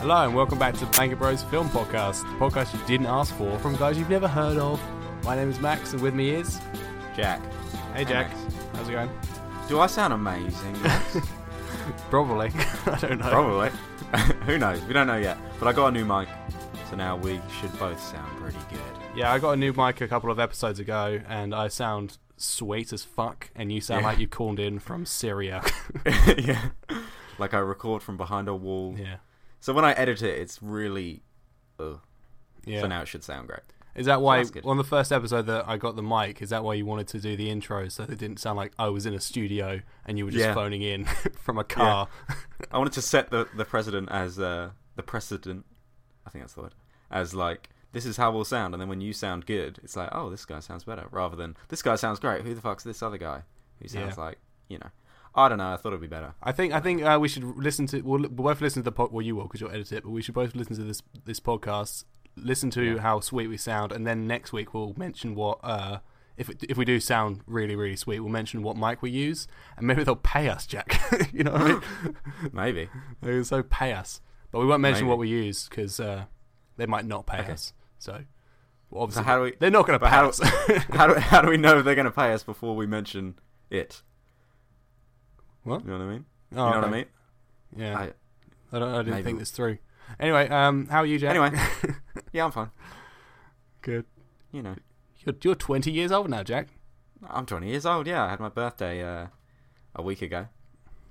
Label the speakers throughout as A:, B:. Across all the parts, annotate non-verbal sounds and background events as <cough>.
A: Hello and welcome back to the Blanket Bros Film Podcast, the podcast you didn't ask for from guys you've never heard of. My name is Max and with me is
B: Jack.
A: Hey Jack,
B: Max.
A: how's it going?
B: Do I
A: <laughs>
B: sound amazing? Max?
A: Probably, <laughs> I don't know.
B: Probably. <laughs> Who knows? We don't know yet. But I got a new mic, so now we should both sound pretty good.
A: Yeah, I got a new mic a couple of episodes ago and I sound sweet as fuck, and you sound
B: Yeah.
A: like you called in from
B: <laughs>
A: Syria.
B: yeah. Like I record from behind a wall.
A: yeah,
B: So when I edit it, it's really. Ugh.
A: yeah.
B: So now it should sound great.
A: Is that why
B: That's good.
A: on the first episode that I got the mic? Is that why you wanted to do the intro so it didn't sound like I was in a studio and you were just
B: Yeah.
A: phoning in <laughs> from a car?
B: I wanted to set the the precedent as uh, the precedent. I think that's the word. As like this is how we'll sound, and then when you sound good, it's like oh this guy sounds better, rather than this guy sounds great. Who the fuck's this other guy who sounds
A: Yeah.
B: like you know? I don't know. I thought it'd be better.
A: I think I think uh, we should listen to. We'll, we'll both listen to the pod. Well, you will because you'll edit it. But we should both listen to this this podcast. Listen to
B: Yeah.
A: how sweet we sound, and then next week we'll mention what uh, if it, if we do sound really really sweet, we'll mention what mic we use, and maybe they'll pay us, Jack. <laughs> you know what
B: <gasps>
A: I mean?
B: Maybe.
A: They so pay us, but we won't mention
B: Maybe.
A: what we use because uh, they might not pay us. So well, obviously,
B: how do we-
A: they're not going to pay
B: But how <laughs>
A: us.
B: do, how, do, how do we know if they're going to pay us before we mention it?
A: What?
B: You know what I mean?
A: Oh,
B: you know what I
A: okay.
B: mean?
A: <laughs> Yeah,
B: I-
A: I, don't, I didn't
B: maybe.
A: think this through. Anyway, um, how are you, Jack? <laughs>
B: Anyway, yeah, I'm fine.
A: good.
B: You know,
A: You're, you're 20 years old now, Jack.
B: I'm 20 years old. Yeah, I had my birthday uh, a week ago.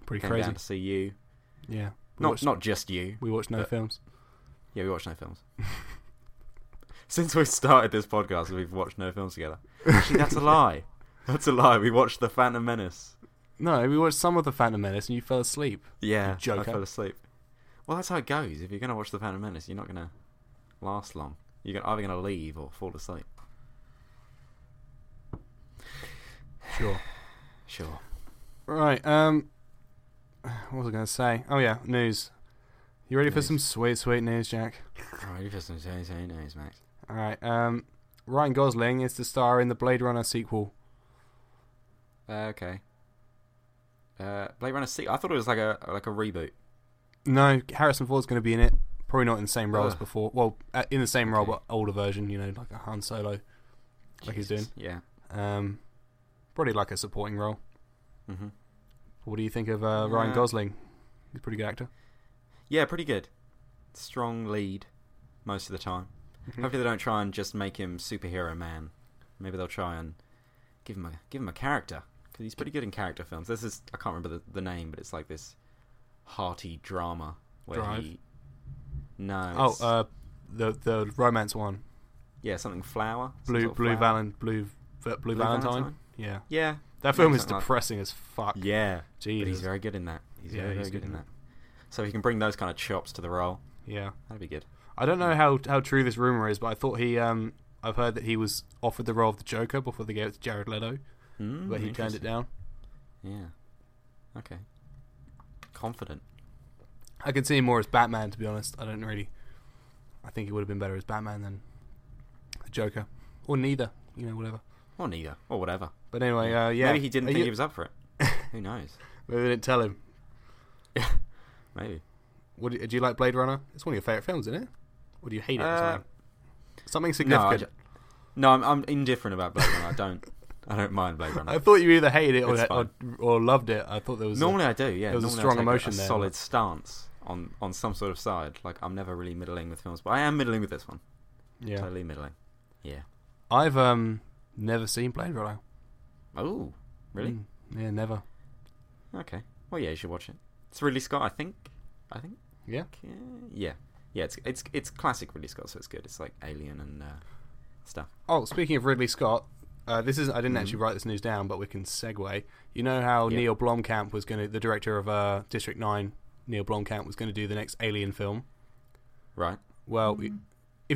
A: Pretty
B: Came
A: crazy.
B: down to see you.
A: Yeah. We
B: Not
A: watched,
B: not just you.
A: we watched no <laughs>
B: but-
A: films.
B: Yeah, we watch no films. <laughs> Since we started this podcast, we've watched no films together. Actually, that's a
A: <laughs>
B: lie. That's a lie. We watched The Phantom Menace.
A: No, we watched some of the Phantom Menace and you fell asleep.
B: Yeah,
A: joker.
B: I fell asleep. Well, that's how it goes. If you're going to watch The Phantom Menace, you're not going to last long. You're gonna- either going to leave or fall asleep.
A: Sure.
B: Sure.
A: right. Um. <sighs> What was I going to say? Oh yeah, news. You ready for
B: News.
A: some sweet, sweet news, Jack?
B: Alright, you just say say names, Max.
A: All right. Um. Ryan Gosling is to star in the Blade Runner sequel.
B: Uh, okay. Uh, Blade Runner C. I thought it was like a like a reboot.
A: No, Harrison Ford's going to be in it. Probably not in the same role as
B: Ugh.
A: before. Well, uh, in the same role
B: Okay.
A: but older version. You know, like a Han Solo. Like he's
B: Jesus. Yeah.
A: Um. Probably like a supporting role.
B: hmm
A: What do you think of uh, Ryan
B: Uh,
A: Gosling? He's a pretty good actor.
B: Yeah, pretty good. Strong lead most of the time.
A: Mm-hmm.
B: Hopefully they don't try and just make him superhero man. Maybe they'll try and give him a give him a character because he's pretty good in character films. This is I can't remember the, the name, but it's like this hearty drama where
A: Drive?
B: he. No.
A: Oh,
B: it's-
A: uh, the the romance one,
B: yeah, something flower. some
A: Blue
B: sort of
A: Blue
B: flower.
A: Valen Blue V- Blue
B: Blue
A: Valentine.
B: Valentine?
A: Yeah,
B: Yeah.
A: that film
B: Yeah,
A: is
B: something like-
A: depressing as fuck.
B: Yeah. But he's
A: Jesus.
B: very good in that. He's
A: Yeah,
B: very,
A: he's
B: very good
A: good
B: in
A: in
B: that. So if he can bring those kind of chops to the role,
A: Yeah,
B: that'd be good.
A: I don't know how how true this rumor is, but I thought he um I've heard that he was offered the role of the Joker before they gave it to Jared Leto,
B: Mm,
A: but he turned it down.
B: Yeah. Okay. Confident.
A: I could see him more as Batman, to be honest. I don't really. I think he would have been better as Batman than the Joker, or neither. You know, whatever.
B: Or neither. Or whatever.
A: But anyway, uh, yeah.
B: Maybe he didn't
A: Are
B: think
A: you-
B: he was up for it. Who knows?
A: <laughs> Maybe they didn't tell him.
B: Maybe.
A: What do, you- do you like Blade Runner? It's one of your favorite films, isn't it? Or do you hate it? or
B: Uh,
A: something? something
B: No, I
A: significant.
B: ju- no I'm, I'm indifferent about Blade Runner. I don't. I don't mind Blade
A: <laughs>
B: Runner.
A: I, thought you either hated it or,
B: It's
A: or, or loved it. I thought there was a-
B: Normally I do. Yeah.
A: there was a
B: Normally I
A: strong
B: take
A: emotion
B: a
A: there,
B: Solid
A: but-
B: stance on on some sort of side. Like I'm never really middling with films, but I am middling with this one.
A: yeah.
B: Totally middling. Yeah.
A: I've um never seen Blade Runner.
B: Oh, really?
A: Mm, yeah, never.
B: Okay. Well, yeah, you should watch it. It's Ridley Scott, I think. I think.
A: Yeah.
B: Yeah. Yeah. Yeah. It's it's it's classic Ridley Scott, so it's good. It's like Alien and uh, stuff.
A: Oh, speaking of Ridley Scott, uh, this is I didn't
B: Mhm.
A: actually write this news down, but we can segue. You know how
B: Yeah.
A: Neil Blomkamp was going to, the director of uh, District Nine, Neil Blomkamp was going to do the next Alien film.
B: Right.
A: Well, if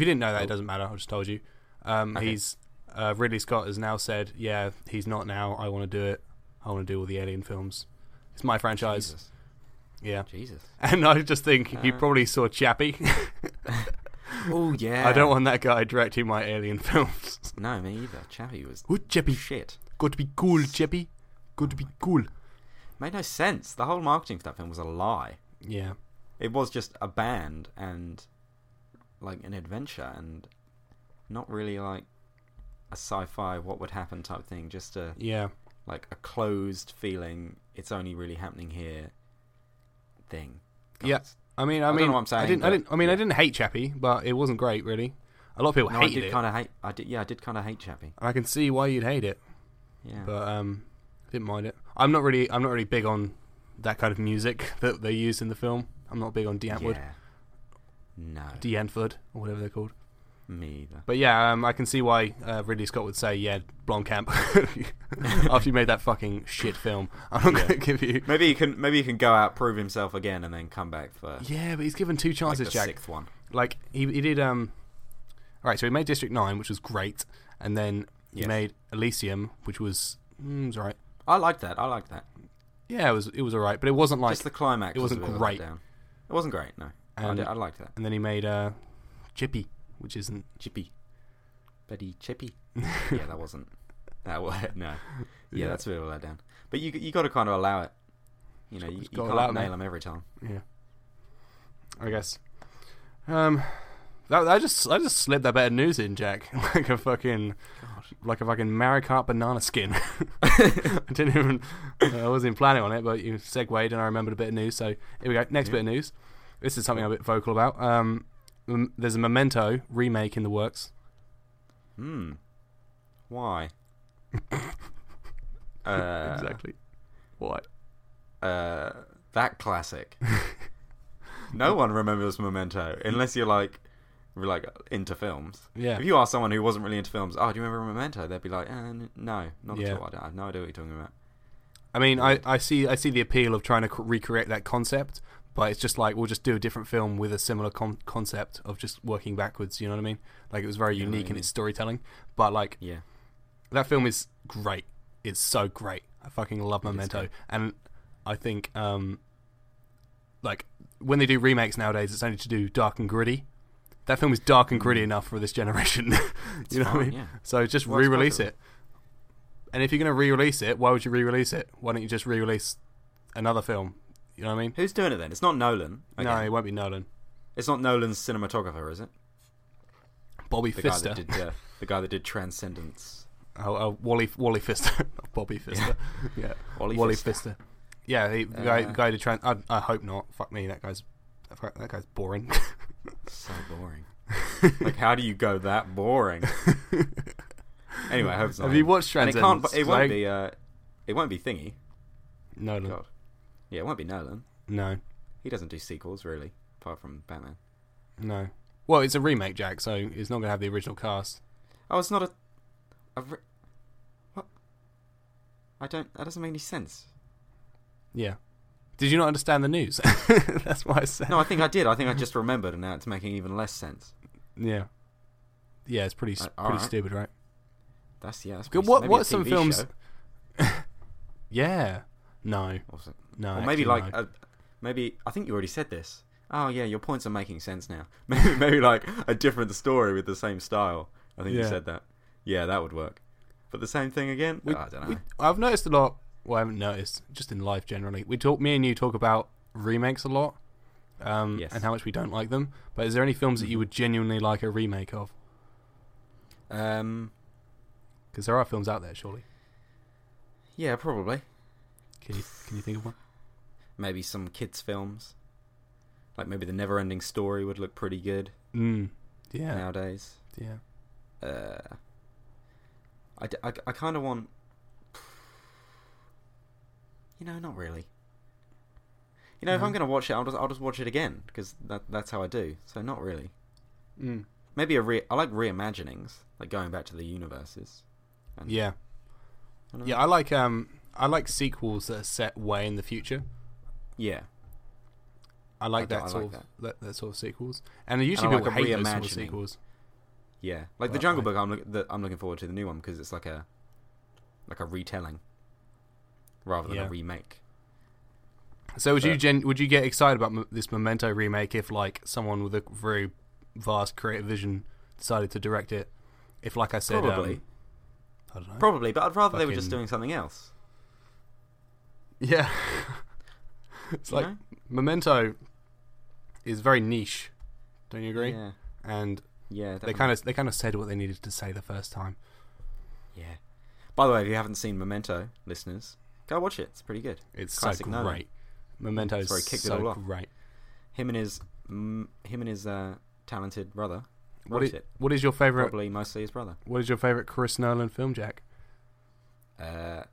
A: you didn't know that, it
B: Oh.
A: doesn't matter. I just told you. Um,
B: Okay.
A: He's uh, Ridley Scott has now said, "Yeah, he's not now. I want to do it. I want to do all the Alien films. It's my franchise."
B: Jesus.
A: Yeah,
B: Jesus.
A: and I just think he
B: Uh.
A: probably saw Chappie. <laughs>
B: Oh yeah.
A: I don't want that guy directing my Alien
B: <laughs>
A: films.
B: No, me either. Chappie was
A: Ooh, Chappie,
B: shit.
A: got to be cool, Chappie, got to be cool.
B: Made no sense. The whole marketing for that film was a lie.
A: Yeah,
B: it was just a band and like an adventure and not really like a sci-fi what would happen type thing. Just a
A: Yeah.
B: like a closed feeling. It's only really happening here. Thing.
A: Yeah.
B: Guys.
A: I mean, I,
B: I don't
A: mean,
B: know what I'm saying,
A: I didn't, I
B: but-
A: didn't, I mean, I didn't hate Chappie, but it wasn't great, really. A lot of people
B: No, I
A: hated
B: did
A: it,
B: kind of hate. I did. Yeah, I did kind of hate Chappie.
A: and I can see why you'd hate it,
B: Yeah.
A: but um, I didn't mind it. I'm not really, I'm not really big on that kind of music <laughs> that they used in the film. I'm not big on D Antwood,
B: Yeah. No.
A: D Antwood, or whatever they're called.
B: me either.
A: But yeah, um, I can see why uh, Ridley Scott would say, "Yeah, Blomkamp." <laughs> After you made that fucking shit film, I'm not
B: Yeah.
A: gonna <laughs> give you.
B: Maybe he can. Maybe he can go out, prove himself again, and then come back for
A: Yeah, but he's given two
B: Uh, like,
A: chances,
B: the
A: Jack.
B: sixth one.
A: Like he he did um. All right, so he made District Nine, which was great, and then he
B: Yes.
A: made Elysium, which was mm, it was alright.
B: I like that. I like that.
A: Yeah, it was it was alright, but it wasn't like.
B: Just the climax.
A: it
B: was a
A: wasn't
B: bit of a
A: great.
B: letdown. It wasn't great. No. I,
A: And-
B: did, I liked that.
A: And then he made uh, Chippy, which isn't. <laughs>
B: Chippy. Buddy Chippy. yeah, that wasn't. That was <laughs> no. Yeah,
A: Yeah.
B: that's a bit of a letdown. But you you got to kind of allow it. You know, you, you
A: Just gotta
B: can't
A: allow it,
B: nail
A: mate.
B: them every time.
A: Yeah, I guess. Um, that, I just I just slid that bit of news in, Jack, <laughs> like a fucking like a fucking Mario Kart banana skin. <laughs> I didn't even I wasn't planning on it, but you segued and I remembered a bit of news. So here we go. Next bit of news. This is something I'm a bit vocal about. Um, m- there's a Memento remake in the works.
B: Hmm.
A: <laughs>
B: Why? uh,
A: exactly. What?
B: uh,
A: <laughs>
B: that classic. no one remembers Memento unless you're like, we're like into films.
A: Yeah.
B: If you ask someone who wasn't really into films, oh, do you remember Memento? They'd be like, uh, n- no, not
A: Yeah.
B: at all. I, don't, I have no idea what you're talking about.
A: I mean, I, I see I see the appeal of trying to c- recreate that concept, but it's just like we'll just do a different film with a similar con- concept of just working backwards. You know what I mean? Like it was very
B: Yeah, I know what
A: unique
B: you
A: in
B: mean.
A: its storytelling, but like
B: Yeah.
A: that film is great. It's so great. I fucking love
B: is
A: Memento,
B: good.
A: and I think um, like when they do remakes nowadays, it's only to do dark and gritty. That film is dark and gritty enough for this generation. <laughs> you know what I
B: Mm. fine,
A: mean?
B: yeah.
A: So just
B: Well, it's
A: re-release
B: possible.
A: it. And if you're gonna re-release it, why would you re-release it? Why don't you just re-release another film? You know what I mean?
B: Who's doing it then? It's not Nolan.
A: No,
B: again.
A: it won't be Nolan.
B: It's not Nolan's cinematographer, is it?
A: Bobby
B: The guy
A: Fister.
B: that did uh, the guy that did Transcendence.
A: Oh, oh, Wally Wally Fister, <laughs> not Bobby Fister. Yeah,
B: Wally Pfister.
A: Pfister. Yeah, he, the guy
B: Uh,
A: guy to try. I, I hope not. Fuck me, that guy's that guy's
B: <laughs>
A: boring.
B: So boring. like, how do you go that boring? anyway, I hope it's
A: <laughs>
B: not.
A: Have
B: him.
A: you watched
B: And it
A: Transcendence?
B: can't. It won't
A: Like,
B: be. Uh, it won't be Thingy.
A: Nolan.
B: God. Yeah, it won't be Nolan.
A: No,
B: He doesn't do sequels really, apart from Batman.
A: no. Well, it's a remake, Jack, so it's not gonna have the original cast.
B: Oh, it's not a. a re- what? I don't. That doesn't make any sense.
A: Yeah. Did you not understand the news? <laughs> That's why I said.
B: No, I think I did. I think I just remembered, and now it's making even less sense.
A: Yeah. Yeah, it's pretty s
B: Uh,
A: pretty
B: alright.
A: stupid, right?
B: That's yeah. That's
A: Good.
B: pretty-
A: What
B: maybe a
A: what are some
B: TV
A: films?
B: show
A: <laughs> yeah. No.
B: or something.
A: No.
B: or maybe
A: Oh, actually,
B: like
A: no.
B: a, maybe I think you already said this. Oh yeah, your points are making sense now. <laughs> Maybe maybe like a different story with the same style. I think you
A: Yeah.
B: said that. Yeah, that would work. But the same thing again.
A: We-
B: Oh, I don't know.
A: we- I've noticed a lot. Well, I haven't noticed. Just in life generally, we talk. Me and you talk about remakes a lot, um,
B: Yes.
A: and how much we don't like them. But is there any films that you would genuinely like a remake of?
B: Um,
A: Because there are films out there, surely.
B: yeah, probably
A: Can you can you think of one?
B: maybe some kids films. Like maybe the Neverending Story would look pretty good
A: Mm. Yeah,
B: nowadays.
A: yeah.
B: Uh, I, d- I, kind of want. You know, not really. You know, if
A: No.
B: I'm going to watch it, I'll just I'll just watch it again because that that's how I do. So not really.
A: Mm.
B: Maybe a re I like reimaginings, like going back to the universes. And-
A: Yeah,
B: I don't
A: yeah.
B: know.
A: I like um, I like sequels that are set way in the future.
B: yeah.
A: I like
B: do-
A: that
B: I
A: sort
B: like
A: of that. that sort of sequels. And usually
B: I like
A: people
B: a
A: hate those sort of
B: reimagining.
A: sequels.
B: Yeah, like the
A: Well,
B: Jungle
A: I-
B: Book. I'm look, the, I'm looking forward to the new one because it's like a like a retelling rather than
A: Yeah.
B: a remake.
A: So would you
B: But-
A: gen- would you get excited about m- this Memento remake if like someone with a very vast creative vision decided to direct it? If like I said,
B: Probably,
A: um, I don't know.
B: probably, but I'd rather they were just
A: Fucking-
B: doing something else.
A: <laughs> yeah, <laughs> it's
B: you
A: like
B: know?
A: Memento is very niche. Don't you agree?
B: Yeah.
A: And
B: Yeah.
A: they kind of they kind of said what they needed to say the first time.
B: Yeah. By the way, if you haven't seen Memento, listeners, go watch it. It's pretty good.
A: It's
B: Classic
A: so
B: Nolan.
A: great. Memento is
B: Sorry, kicked it
A: so
B: all off.
A: great.
B: Him and his mm, him and his uh, talented brother
A: What
B: wrote
A: is,
B: it.
A: what is your favorite?
B: Probably mostly his brother.
A: What is your favorite Chris Nolan film, Jack?
B: Uh,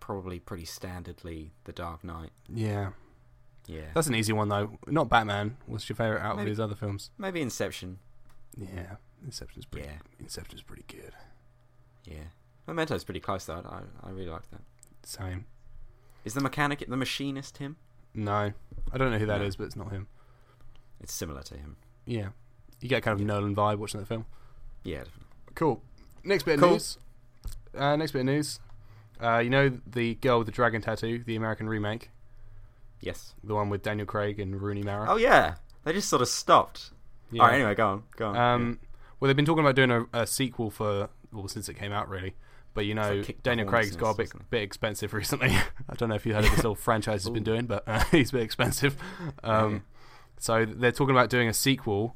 B: probably pretty standardly The Dark Knight.
A: Yeah,
B: Yeah.
A: that's an easy one though. Not Batman. What's your favorite out of
B: Maybe-
A: his other films?
B: Maybe Inception.
A: Yeah, Inception's pretty.
B: Yeah.
A: Inception's pretty good.
B: Yeah. Memento's pretty close though. I I really liked that.
A: Same.
B: Is the mechanic the machinist him?
A: No, I don't know who that is,
B: No.
A: but it's not him.
B: It's similar to him.
A: Yeah, you get a kind of Nolan vibe watching that film.
B: Yeah.
A: Cool. Next bit of
B: Cool.
A: news. Uh, next bit of news. Uh, you know the girl with the dragon tattoo, the American remake,
B: Yes.
A: the one with Daniel Craig and Rooney Mara.
B: Oh yeah. They just sort of stopped.
A: Yeah.
B: All right. Anyway, go on. Go on.
A: Um, well, they've been talking about doing a, a sequel for well since it came out, really. But you know,
B: It's like kicked
A: Daniel
B: the
A: Craig's got a
B: horses,
A: bit,
B: isn't it?
A: bit expensive <laughs> recently. I don't know if you heard of
B: <laughs>
A: this little franchise he's been
B: Ooh.
A: doing, but uh, <laughs> he's a bit expensive. Um,
B: Yeah.
A: So they're talking about doing a sequel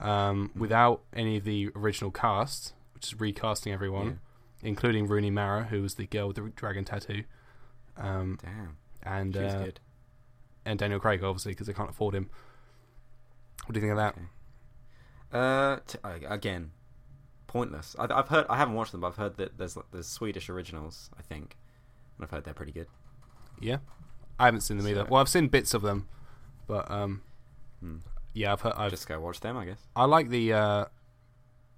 B: Mm.
A: um, without any of the original cast, which is recasting everyone, including Rooney Mara, who was the girl with the dragon tattoo, um,
B: yeah. Damn.
A: and
B: She was
A: uh,
B: good.
A: and Daniel Craig, obviously, because they can't afford him. What do you think of that?
B: Okay. Uh, t- uh, again, pointless. I, I've heard. I haven't watched them, but I've heard that there's like, there's Swedish originals. I think, and I've heard they're pretty good.
A: Yeah, I haven't seen them either.
B: So-
A: Well, I've seen bits of them, but um,
B: Hmm.
A: yeah, I've heard, I've,
B: Just go watch them, I guess.
A: I like the uh,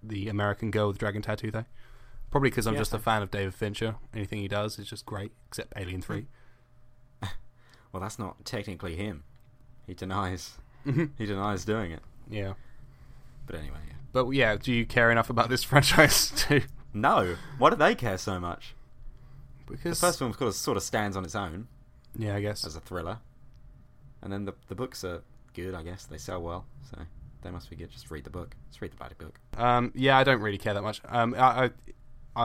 A: the American girl with the dragon tattoo though. Probably because I'm
B: Yeah,
A: just a
B: same.
A: fan of David Fincher. Anything he does is just great, except Alien Three.
B: Well, that's not technically him. He denies.
A: Mhm.
B: He denies doing it.
A: <laughs> yeah,
B: But anyway, yeah.
A: but yeah, do you care enough about this <laughs> franchise too?
B: No. Why do they care so much? The
A: Because
B: first film sort of sort of stands on its own
A: yeah, I guess
B: as a thriller, and then the the books are good. I guess they sell well, so they must be good. Just read the book. Just read the bloody book.
A: Um, yeah, I don't really care that much. Um, I, I,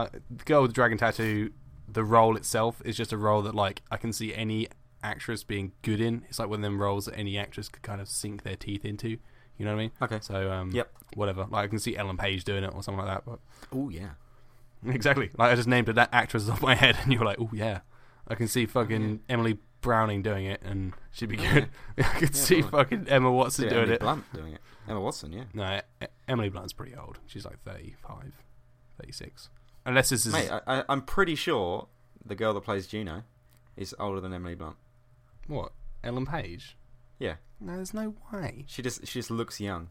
A: I, the girl with the dragon tattoo, the role itself is just a role that like I can see any actress being good in. It's like one of them roles that any actress could kind of sink their teeth into. You know what I mean?
B: Okay.
A: So um,
B: Yep.
A: whatever. Like I can see Ellen Page doing it or something like that. But <laughs>
B: Oh yeah.
A: exactly, like I just named that actress off my <laughs> head, and you were like, oh yeah, I can see fucking Emily Browning doing it, and she'd be good. <laughs> I could see
B: Oh, probably.
A: fucking Emma Watson
B: Yeah,
A: doing
B: Emily
A: it.
B: Blunt doing it. Emma Watson, yeah.
A: No, E- Emily Blunt's pretty old. She's like 35, 36. Unless this is.
B: Mate, uh, I, I, I'm pretty sure the girl that plays Juno is older than Emily Blunt.
A: what? Ellen Page?
B: Yeah,
A: No, there's no way.
B: she just she just looks young.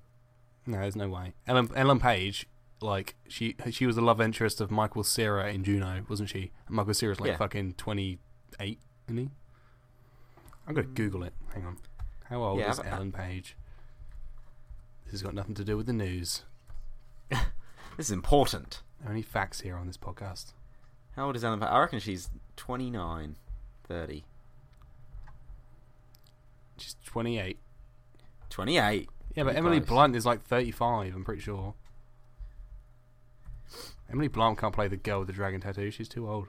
A: No, there's no way. Ellen, Ellen Page, like, she she was the love interest of Michael Cera in Juno, wasn't she? And Michael Cera's like
B: Yeah.
A: fucking 28, isn't he? I'm going to Google it. Hang on. How old
B: Mm. Yeah,
A: is
B: I've- uh, I-
A: Ellen Page? This has got nothing to do with the news.
B: This is important.
A: There are only facts here on this podcast.
B: How old is Ellen? Pa- I reckon she's 29, 30,
A: She's 28.
B: 28.
A: Yeah, but
B: Pretty
A: Emily
B: close.
A: Blunt is like 35, I'm pretty sure. Emily Blunt can't play the girl with the dragon tattoo. She's too old.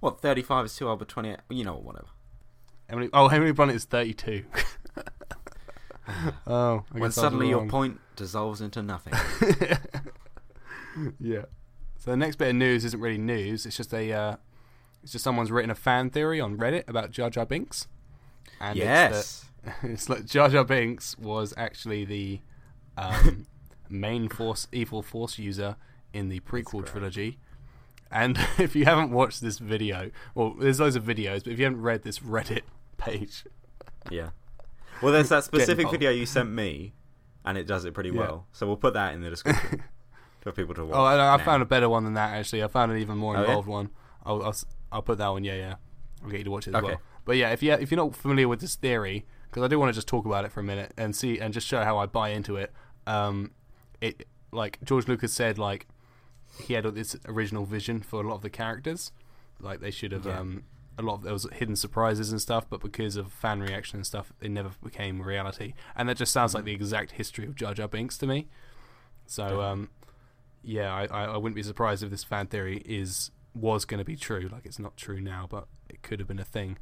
B: What? 35 is too old, but 28. You know, whatever.
A: Emily, oh, <laughs> Emily Blunt is 32. <laughs> oh, I
B: when
A: guess I was
B: suddenly your
A: wrong. <laughs>
B: point dissolves into nothing.
A: yeah. So the next bit of news isn't really news. It's just a, uh, it's just someone's written a fan theory on Reddit about Jar Jar Binks. <laughs> And it's that-
B: yes.
A: <laughs> it's like Jar Jar Binks was actually the
B: <laughs>
A: um, main force evil force user in the prequel
B: correct.
A: trilogy. And <laughs> if you haven't watched this video, well, there's loads of videos, but if you haven't read this Reddit <laughs> page,
B: Yeah. Well, there's
A: <laughs>
B: that specific
A: involved.
B: video you sent me, and it does it pretty
A: Yeah.
B: well. So we'll put that in the description
A: <laughs>
B: for people to watch.
A: oh, I, I
B: now.
A: found a better one than that. Actually, I found an even more
B: Oh, yeah?
A: involved one. I'll, I'll s- I'll put that one. Yeah, yeah. I'll get you to watch it as
B: Okay.
A: well. But yeah, if you if you're not familiar with this theory, because I do want to just talk about it for a minute and see and just show how I buy into it. Um, it like George Lucas said like he had this original vision for a lot of the characters. Like they should have
B: Yeah.
A: um, a lot of there was hidden surprises and stuff, but because of fan reaction and stuff, it never became reality. And that just sounds
B: Mm-hmm.
A: like the exact history of Jar Jar Binks to me. So um, yeah, I, I, I wouldn't be surprised if this fan theory is was going to be true. Like it's not true now, but it could have been a thing.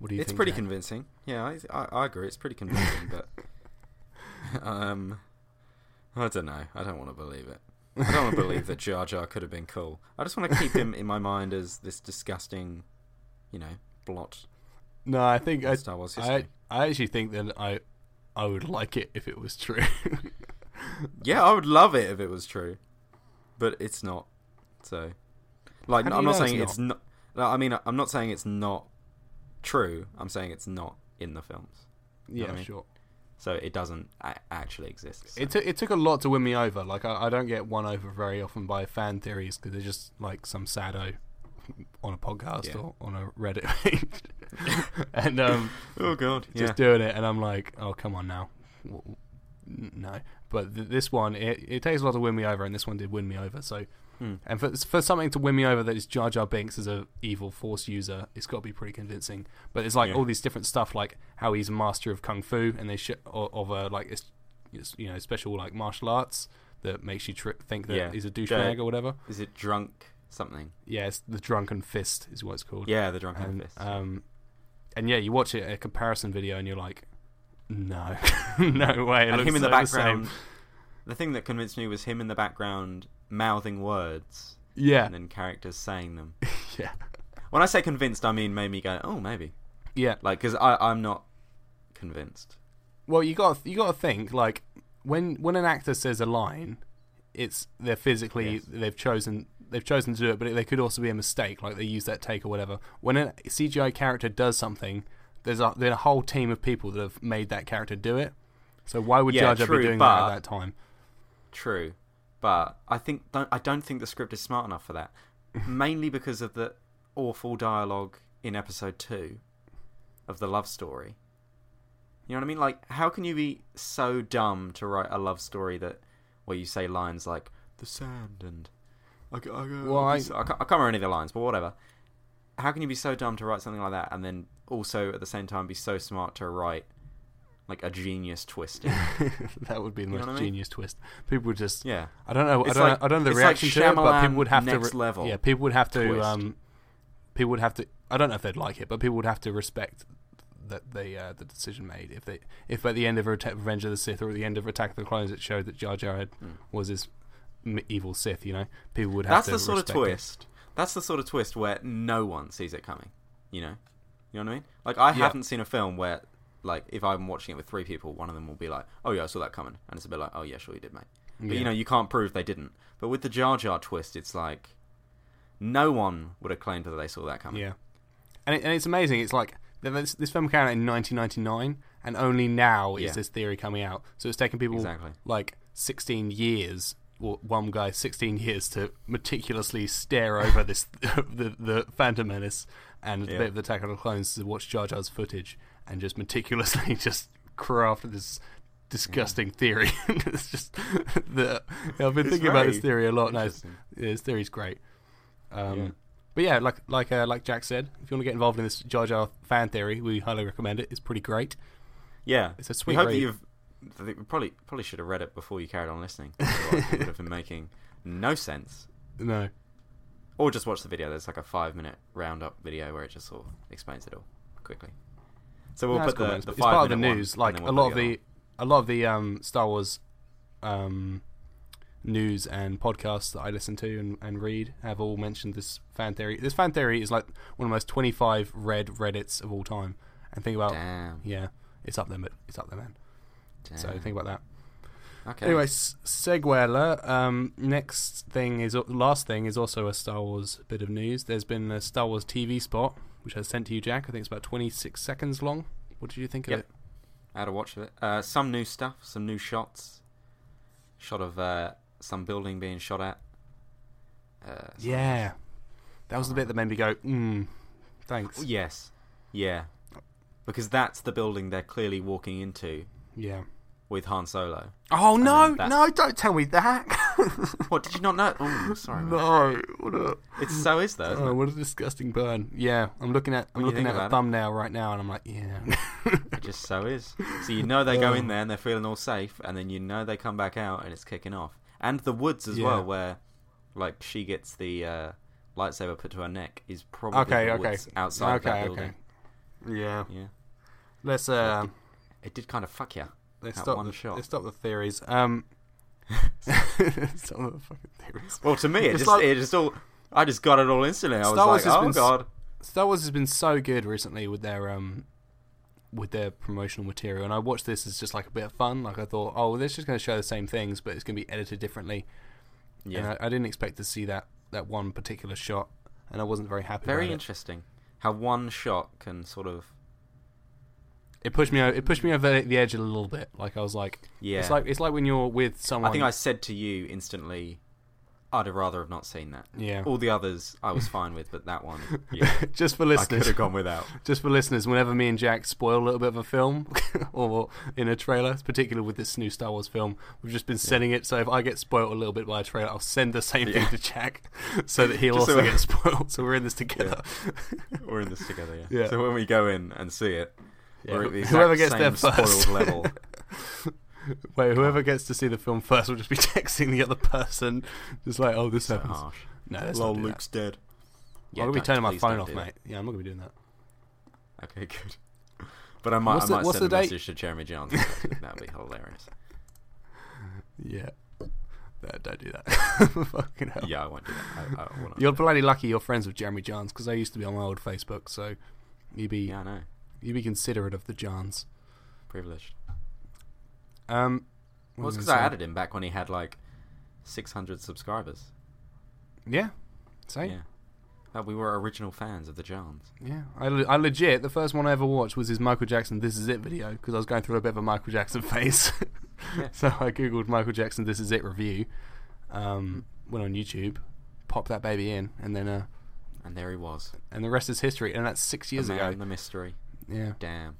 A: What do you
B: It's
A: think?
B: pretty
A: Jack?
B: convincing. Yeah, I, I, I agree. It's pretty convincing, but <laughs> um, I don't know. I don't want to believe it. I don't want
A: <laughs>
B: to believe that Jar Jar could have been cool. I just want to keep him in my mind as this disgusting, you know, blot
A: No, I think
B: in
A: I,
B: Star Wars history.
A: I I actually think that I I would like it if it was true.
B: Yeah, I would love it if it was true, but it's not. So, like,
A: How do
B: I'm
A: you
B: not
A: know
B: saying
A: it's
B: it's not. no, I mean, I'm not saying it's not true. I'm saying it's not in the films,
A: yeah,
B: I mean,
A: sure.
B: so it doesn't a- actually exist. so.
A: It took it took a lot to win me over. Like I, I don't get won over very often by fan theories because they're just like some saddo on a podcast
B: Yeah.
A: or on a Reddit <laughs> page, <laughs> and um,
B: oh god,
A: just doing it. And I'm like, oh come on now, W- w- n- no. But th- this one, it, it takes a lot to win me over, and this one did win me over. So,
B: Hmm.
A: and for for something to win me over that is Jar Jar Binks as a evil Force user, it's got to be pretty convincing. But it's like
B: Yeah.
A: all these different stuff, like how he's a master of kung fu, and they sh- or, of a like it's, it's, you know special like martial arts that makes you tri- think that
B: Yeah.
A: he's a
B: Yeah.
A: douchebag or whatever.
B: Is it drunk something?
A: Yeah, it's the drunken fist is what it's called
B: Yeah, the drunken
A: and
B: fist.
A: um, and yeah, you watch it a comparison video, and you're like, no, <laughs> no way. It
B: and
A: looks
B: him in the
A: so same.
B: background. the thing that convinced me was him in the background mouthing words
A: yeah,
B: and then characters saying them.
A: <laughs> yeah,
B: When I say convinced, I mean made me go, "Oh, maybe."
A: yeah.
B: Like, because I'm not convinced.
A: Well, you got you got to think like when when an actor says a line, it's they're physically
B: Yes.
A: they've chosen they've chosen to do it, but it, they could also be a mistake, like they use that take or whatever. When a CGI character does something, there's a there's a whole team of people that have made that character do it. So why would
B: Yeah,
A: Jar Jar
B: true,
A: be doing
B: but-
A: that at that
B: <laughs>
A: time? <laughs>
B: True, but I think don't, I don't think the script is smart enough for that. Mainly because of the awful dialogue in episode two of the love story. You know what I mean? Like, how can you be so dumb to write a love story that where you say lines like "the sand" and I, ca- I, ca-
A: Well, I-
B: I can't, I can't remember any of the lines, but whatever. How can you be so dumb to write something like that, and then also at the same time be so smart to write like a genius
A: <laughs>
B: twist? in it?
A: that would be the
B: You know
A: most
B: what I mean?
A: genius twist. People would just
B: yeah.
A: I don't know. I
B: It's
A: don't,
B: like-
A: I don't know the
B: it's like
A: reaction to it, but people would
B: Shyamalan
A: have
B: next
A: to. re-
B: level
A: yeah, people would have to.
B: twist.
A: Um, people would have to. I don't know if they'd like it, but people would have to respect that they uh, the decision made. If they, if at the end of Reta- Revenge of the Sith or at the end of Attack of the Clones, it showed that Jar Jar had, was this m- evil Sith, you know, people would have
B: Hmm. That's
A: to.
B: the sort of
A: respect it.
B: twist. That's the sort of twist where no one sees it coming. You know, you know what I mean? Like I
A: Yeah.
B: haven't seen a film where, like, if I'm watching it with three people, one of them will be like, "Oh yeah, I saw that coming," and it's a bit like, "Oh yeah, sure you did, mate." But
A: Yeah.
B: you know, you can't prove they didn't. But with the Jar Jar twist, it's like no one would have claimed that they saw that coming.
A: Yeah, and it, and it's amazing. It's like th- this, this film came out in 1999, and only now
B: Yeah.
A: is this theory coming out. So it's taken people
B: Exactly.
A: like 16 years, or one guy 16 years to meticulously stare over this <laughs> the the Phantom Menace and a
B: Yeah.
A: bit of the Attack of the Clones to watch Jar Jar's footage and just meticulously <laughs> just craft this disgusting theory. <laughs> it's just the I've been
B: It's
A: thinking about this
B: very
A: theory a lot. Now
B: interesting.
A: yeah, this theory's great. Um,
B: Yeah.
A: But yeah, like like uh, like Jack said, if you want to get involved in this Jar Jar fan theory, we highly recommend it. It's pretty great.
B: Yeah,
A: It's a
B: We
A: sweet
B: hope that
A: read.
B: you've. I think we probably probably should have read it before you carried on listening. <laughs> Otherwise, it would have been making no sense.
A: No,
B: Or just watch the video. There's like a five minute roundup video where it just sort of explains it all quickly. So we'll
A: No, it's
B: put
A: cool,
B: the,
A: man.
B: the
A: it's
B: five
A: part of the
B: minute
A: news.
B: one,
A: like
B: and
A: a
B: then we'll
A: lot of
B: put
A: the a lot of the um, Star Wars um, news and podcasts that I listen to and, and read have all mentioned this fan theory. This fan theory is like one of the most twenty five read Reddits of all time. And think
B: other
A: about
B: one. Damn.
A: yeah, it's up there, but it's up there, man.
B: damn.
A: So think about that.
B: okay.
A: Anyway, s- segue alert. Um, next thing is uh, last thing is also a Star Wars bit of news. There's been a Star Wars TV spot which I sent to you, Jack. I think it's about 26 seconds long. What did you think of
B: Yep.
A: it?
B: I had a watch of it. Uh, some new stuff, some new shots. Shot of uh, some building being shot at. Uh, some-
A: Yeah, that was the bit that made me go, mm, thanks.
B: Oh, Yes. Yeah. Because that's the building they're clearly walking into
A: Yeah.
B: with Han Solo.
A: Oh no,
B: that's-
A: no! Don't tell me that.
B: What did you
A: <laughs>
B: not know? Oh, sorry. man.
A: no, what a
B: It's so is though. isn't
A: oh,
B: it?
A: what a disgusting burn. Yeah, I'm looking at I'm
B: When you
A: looking
B: think
A: at a
B: about it.
A: thumbnail right now, and I'm like,
B: <laughs>
A: yeah,
B: It just so is. So you know they go
A: <laughs>
B: in
A: Oh.
B: there and they're feeling all safe, and then you know they come back out and it's kicking off. And the woods as
A: Yeah.
B: well, where like she gets the uh, lightsaber put to her neck, is probably
A: Okay,
B: the
A: okay.
B: woods outside of that
A: okay,
B: building.
A: okay. Yeah.
B: Yeah,
A: Let's uh,
B: it did kind of fuck you.
A: let's
B: That
A: stop
B: one
A: the
B: shot.
A: let's stop the theories.
B: <laughs>
A: Um, <laughs> let's stop the fucking theories.
B: Well, to me, it
A: It's
B: just
A: like-
B: it just all I just got it all instantly. I was
A: Star Wars has
B: like, oh
A: been s-
B: god,
A: Star Wars has been so good recently with their um with their promotional material, and I watched this as just like a bit of fun. Like I thought, oh, well, this is just going to show the same things, but it's going to be edited differently.
B: yeah,
A: And I, I didn't expect to see that that one particular shot, and I wasn't very happy.
B: very
A: about it.
B: interesting. How one shot can sort of
A: it pushed me. o- It pushed me over the edge a little bit. Like I was like,
B: yeah.
A: it's like it's like when you're with someone.
B: I think I said to you instantly, I'd have rather have not seen that.
A: yeah.
B: All the others I was fine with, but that one, yeah,
A: <laughs> just for
B: I could
A: listeners,
B: have gone without.
A: just for listeners, whenever me and Jack spoil a little bit of a film <laughs> or in a trailer, particularly with this new Star Wars film, we've just been sending it. So if I get spoiled a little bit by a trailer, I'll send the same
B: Yeah.
A: thing to Jack <laughs> so that he'll
B: Just so
A: also
B: I- <laughs>
A: get spoiled. So we're in this together.
B: We're in this together, yeah.
A: <laughs> Yeah.
B: So when we go in and see it,
A: Yeah,
B: we're at the
A: wh-
B: exact
A: whoever gets
B: same
A: there first. <laughs>
B: spoiled level.
A: Wait, whoever gets to see the film first will just be <laughs> texting the other person, just like, "Oh, this
B: So
A: happens."
B: harsh.
A: No, that's not do that.
B: dead.
A: I'm gonna be
B: don't-
A: turning my
B: please
A: phone
B: don't
A: off,
B: do that.
A: mate. Yeah, I'm not gonna be doing that.
B: Okay, good. <laughs> But I might,
A: What's
B: I
A: the-
B: might
A: what's
B: send
A: the
B: a
A: date?
B: message to Jeremy Johns. That'd be
A: <laughs>
B: hilarious.
A: Yeah, no, don't do that. <laughs> Fucking hell.
B: Yeah, I won't do that. I, I
A: <laughs>
B: won't.
A: You're bloody lucky you're friends with Jeremy Johns because I used to be on my old Facebook, so you be
B: yeah, I know.
A: you be considerate of the Johns.
B: Privileged.
A: Um, what
B: Well, it's
A: was
B: because I
A: gonna
B: added him back when he had like 600 subscribers.
A: say? Yeah, same.
B: Yeah. That we were original fans of the Johns.
A: Yeah, I, le- I legit the first one I ever watched was his Michael Jackson "This Is It" video because I was going through a bit of a Michael Jackson <laughs> phase,
B: Yeah.
A: <laughs> so I googled Michael Jackson "This Is It" review. Um,
B: Hmm.
A: went on YouTube, popped that baby in, and then uh,
B: And there he was.
A: and the rest is history. And that's six years
B: the man,
A: ago.
B: the mystery.
A: Yeah,
B: Damn.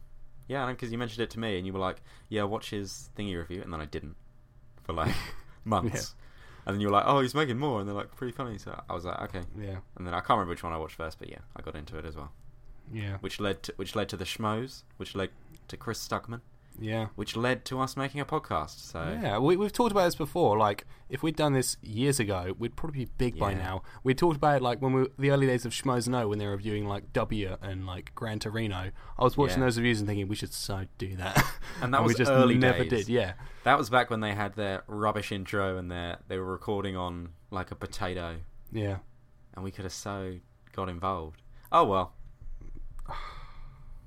B: Yeah, because you mentioned it to me, and you were like, "Yeah, watch his thingy review," and then I didn't for like <laughs> months. And then you were like, "Oh, he's making more," and they're like, "Pretty funny." So I was like, "Okay."
A: yeah,
B: And then I can't remember which one I watched first, but yeah, I got into it as well,
A: yeah,
B: which led to which led to the Schmoes, which led to Chris Stuckman,
A: yeah.
B: which led to us making a podcast. So
A: Yeah, we, we've talked about this before. Like, if we'd done this years ago, we'd probably be big by
B: Yeah.
A: now. We talked about it like when we the early days of Schmoes No, when they were reviewing like W and like Gran Torino. I was watching
B: Yeah.
A: those reviews and thinking we should so do that, <laughs>
B: And that
A: we
B: was
A: just
B: early
A: never
B: days.
A: did. Yeah,
B: that was back when they had their rubbish intro and their they were recording on like a potato,
A: yeah. <laughs>
B: and we could have so got involved. Oh well. <sighs>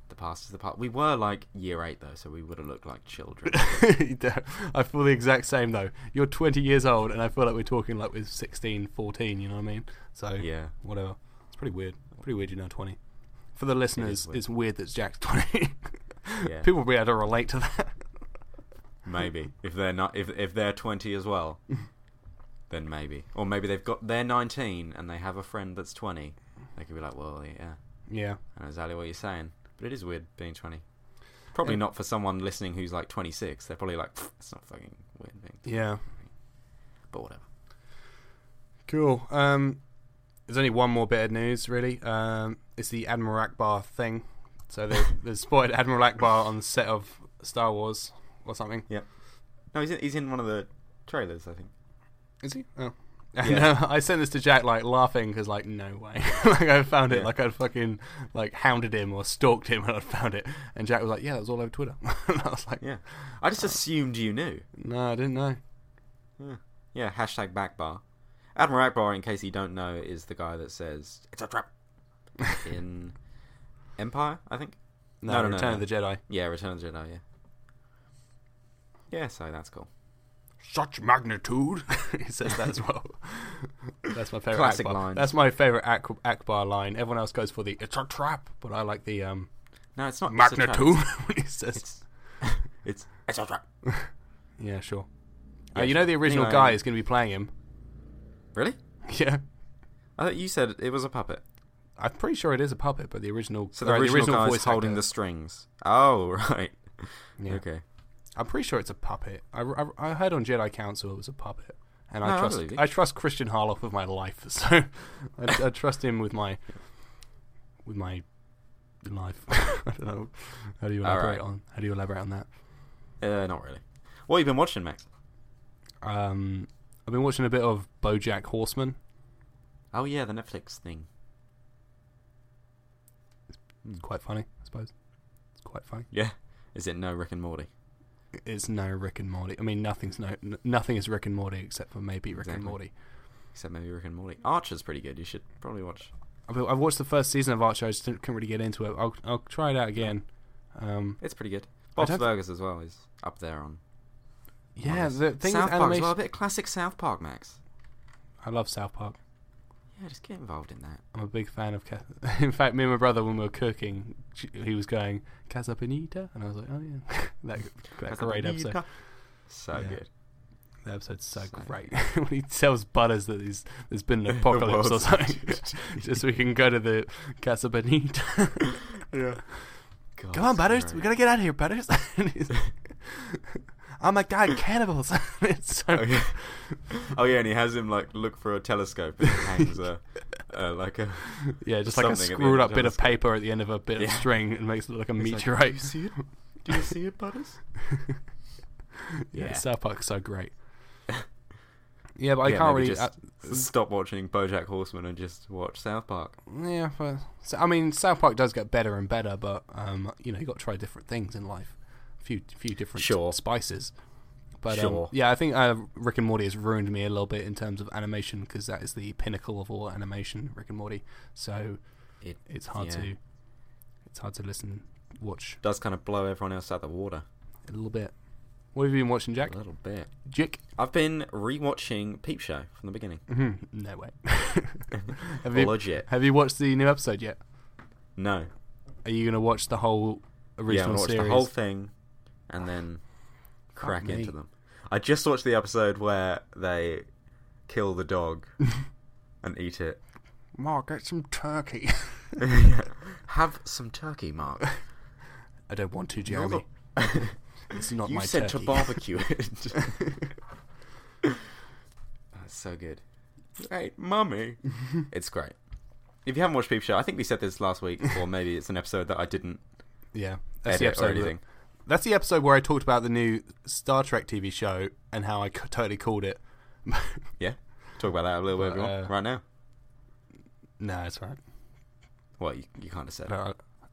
B: The past is the past. We were like year eight though, so we would have looked like
A: <laughs>
B: children.
A: You don't- I feel the exact same though. You're 20 years old, and I feel like we're talking like we're 16, 14. You know what I mean? So
B: yeah.
A: whatever. It's pretty weird. Pretty weird. You're now 20. For the listeners,
B: weird.
A: it's weird that Jack's 20.
B: Yeah.
A: <laughs> People will be able to relate to that.
B: Maybe if they're not if if they're twenty
A: <laughs>
B: as well, then maybe or maybe they've got they're nineteen and they have a friend that's twenty. They could be like, well, yeah,
A: Yeah.
B: I know exactly what you're saying, but it is weird being twenty. Probably
A: Yeah.
B: not for someone listening who's like twenty six. They're probably like, "Pfft, it's not fucking weird being,
A: Yeah.
B: but whatever.
A: Cool. Um, there's only one more bit of news, really. Um, it's the Admiral Akbar thing. So
B: <laughs>
A: they they spotted Admiral Akbar on the set of Star Wars or something.
B: No, he's in, he's in one of the trailers, I think.
A: Is he? Oh. <laughs> And,
B: Yeah.
A: uh, I sent this to Jack, like laughing, because like no way, <laughs> like I found it,
B: Yeah.
A: like I'd fucking like hounded him or stalked him, and I found it. And Jack was like, "Yeah, that was all over Twitter." <laughs> and I was like,
B: Yeah, I
A: Oh.
B: just assumed you knew.
A: "No, I didn't know."
B: Yeah, hashtag backbar. Admiral Akbar, in case you don't know, is the guy that says it's a trap <laughs> in Empire, I think.
A: No,
B: No, no, no,
A: Return
B: no.
A: of the Jedi.
B: Yeah, Return of the Jedi. Yeah. Yeah, so that's cool.
A: Such magnitude, <laughs> he says that as well. That's my favorite
B: Classic
A: Akbar.
B: lines.
A: That's my favorite Ak- Akbar line. Everyone else goes for the "it's a trap," but I like the um,
B: No, it's not it's a trap,
A: magnitude <laughs> when he says.
B: It's <laughs> it's it's a trap.
A: yeah, sure.
B: Yeah,
A: uh, you know
B: sure.
A: the original
B: Anyway.
A: guy is going to be playing him.
B: Really?
A: <laughs> Yeah,
B: I thought you said it was a puppet.
A: I'm pretty sure it is a puppet, but the original.
B: So the
A: or
B: original, guy
A: voice
B: is holding
A: actor-
B: the strings. Oh <laughs> right.
A: Yeah.
B: Okay.
A: I'm pretty sure it's a puppet. I, I, I heard on Jedi Council it was a puppet, and
B: No,
A: Oh, I
B: I
A: trust
B: believe you.
A: I trust Christian Harloff with my life, <laughs> so I, I trust him with my with my life. <laughs> I don't know how do you
B: All
A: elaborate
B: right.
A: on how do you elaborate on that?
B: Uh, not really. What have you been watching, Max?
A: Um, I've been watching a bit of BoJack Horseman.
B: Oh yeah, the Netflix thing.
A: It's quite funny, I suppose. It's quite funny.
B: Yeah. Is it no Rick and Morty?
A: It's no Rick and Morty. I mean, nothing's no, n- nothing is Rick and Morty except for maybe Rick and
B: Exactly.
A: Morty.
B: Except maybe Rick and Morty. Archer's pretty good. You should probably watch.
A: I've, I've watched the first season of Archer. I just didn't, couldn't really get into it. I'll I'll try it out again. Um,
B: It's pretty good. Bob's
A: don't-
B: Burgers as well is up there on.
A: yeah,
B: on this.
A: the thing
B: South
A: is
B: Park
A: animation.
B: as well. A bit of classic South Park, Max.
A: I love South Park.
B: Yeah, just get involved in that.
A: I'm a big fan of. Ca- <laughs> In fact, me and my brother, when we were cooking, she- he was going Casa Bonita, and I was like, oh yeah, <laughs> that, that great episode.
B: So
A: Yeah.
B: good.
A: That episode's so
B: So-
A: great. <laughs> when he tells Butters that he's, there's been
B: <laughs>
A: an apocalypse or
B: world's
A: something, <laughs> just so we can go to the Casa
B: <laughs>
A: Bonita.
B: Yeah. God,
A: Come on,
B: it's
A: Butters,
B: great.
A: we gotta get out of here, Butters. <laughs> And he's- oh my God, cannibals! <laughs> it's so
B: Oh yeah. oh yeah, and he has him like look for a telescope and hangs a, uh, like a
A: <laughs> yeah, just like a
B: something at the end
A: screwed
B: of
A: up
B: the
A: bit of
B: telescope.
A: paper at the end of a bit of
B: Yeah.
A: string and makes it look like a
B: He's like,
A: meteorite.
B: "Do you see it? Do you see it, Butters?
A: <laughs> yeah,
B: Yeah.
A: South Park's so great. <laughs> Yeah, but I
B: Yeah,
A: can't
B: maybe
A: really. uh,
B: just stop watching BoJack Horseman and just watch South Park.
A: uh, yeah, but so, I mean, South Park does get better and better, but um, you know, you got to try different things in life. A few, few different
B: Sure.
A: spices. But um,
B: Sure.
A: yeah, I think uh, Rick and Morty has ruined me a little bit in terms of animation because that is the pinnacle of all animation, Rick and Morty. So
B: It
A: it's hard
B: Yeah.
A: to, it's hard to listen, watch
B: does kind of blow everyone else out of the water
A: a little bit. What have you been watching, Jack?
B: a little bit.
A: Jick? <laughs>
B: I've been rewatching Peep Show from the beginning.
A: Mhm. No way. <laughs> have you
B: Legit.
A: have you watched the new episode yet?
B: No.
A: Are you gonna watch the whole
B: Yeah, I
A: original
B: watched
A: series?
B: the whole thing and then crack
A: me.
B: into them. I just watched the episode where they kill
A: <laughs>
B: the dog and eat it. <laughs>
A: Mark, get some turkey.
B: Have some
A: <laughs>
B: turkey, Mark.
A: I don't want to, Jeremy.
B: <laughs>
A: It's not
B: you
A: my
B: said
A: turkey.
B: to barbecue it.
A: <laughs>
B: <laughs> That's so good. Hey,
A: <laughs>
B: mummy. it's great. If you haven't watched Peep Show, I think we said this last week, or maybe it's an episode that I didn't
A: yeah, that's the
B: edit or
A: episode.
B: anything.
A: that- that's the episode where I talked about the new Star Trek TV show and how I c- totally called it. <laughs>
B: Yeah, talk about that a little bit if you want,
A: Uh,
B: right now.
A: no, it's right.
B: Well, you, you kind of said
A: No,
B: it.
A: I,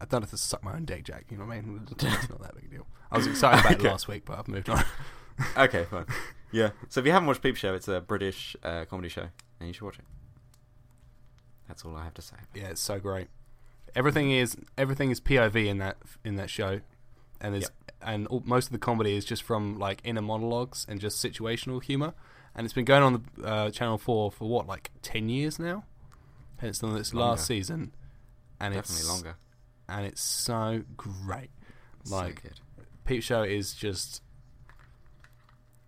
A: I don't have to suck my own dick, Jack. You know what I mean? <laughs> It's not that big a deal. I was excited about
B: <laughs> Okay.
A: it last week, but I've moved on.
B: Okay, fine. <laughs> Yeah. So if you haven't watched Peep Show, it's a British uh, comedy show, and you should watch it. That's all I have to say.
A: Yeah, it's so great. Everything is everything is POV in that in that show, and there's and all, most of the comedy is just from like inner monologues and just situational humor. And it's been going on the uh, Channel Four for what like ten years now. And it's on its
B: Longer.
A: last season, and
B: Definitely
A: it's
B: longer.
A: and it's so great.
B: It's so
A: like,
B: good.
A: Peep Show is just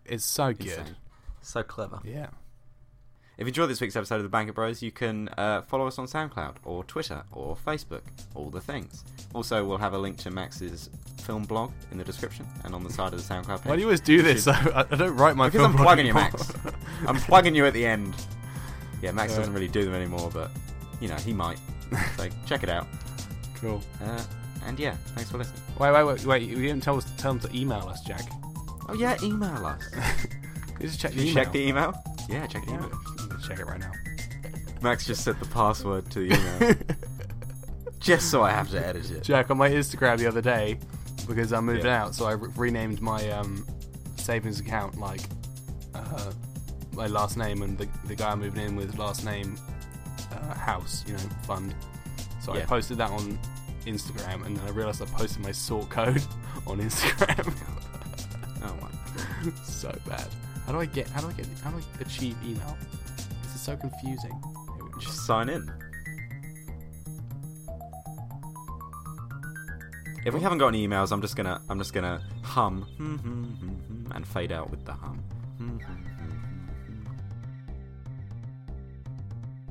A: it's so good.
B: Insane. So clever.
A: Yeah,
B: If you enjoyed this week's episode of the Banker Bros, you can uh, follow us on SoundCloud or Twitter or Facebook, all the things. Also, we'll have a link to Max's film blog in the description and on the side of the SoundCloud page.
A: why do you always do this? <laughs> I, I don't write my
B: Because
A: film
B: I'm plugging you,
A: anymore.
B: Max. I'm plugging you at the end. Yeah, Max
A: Uh,
B: doesn't really do them anymore, but you know he might. So check it out.
A: <laughs> cool.
B: Uh, and yeah, thanks for listening.
A: Wait, wait, wait, wait! You didn't tell us tell them to email us, Jack.
B: Oh yeah, email us. <laughs>
A: You just check
B: Did
A: the
B: you
A: email.
B: check the email? Yeah, check the
A: Yeah.
B: email.
A: I'm gonna check it right now.
B: Max just set the password to the <laughs> email <laughs> just so I have to edit it.
A: Jack, on my Instagram the other day, because I'm moving
B: Yeah.
A: out, so I re- renamed my um, savings account like uh, my last name and the, the guy I'm moving in with last name uh, house, you know, fund. So I
B: Yeah.
A: posted that on Instagram, and then I realised I posted my sort code <laughs> on Instagram.
B: Oh my.
A: so bad. How do I get? How do I get? How do I achieve email? This is so confusing. Here we go.
B: Just sign in. If we haven't got any emails, I'm just hmm, gonna I'm just gonna hum and fade out with the hum.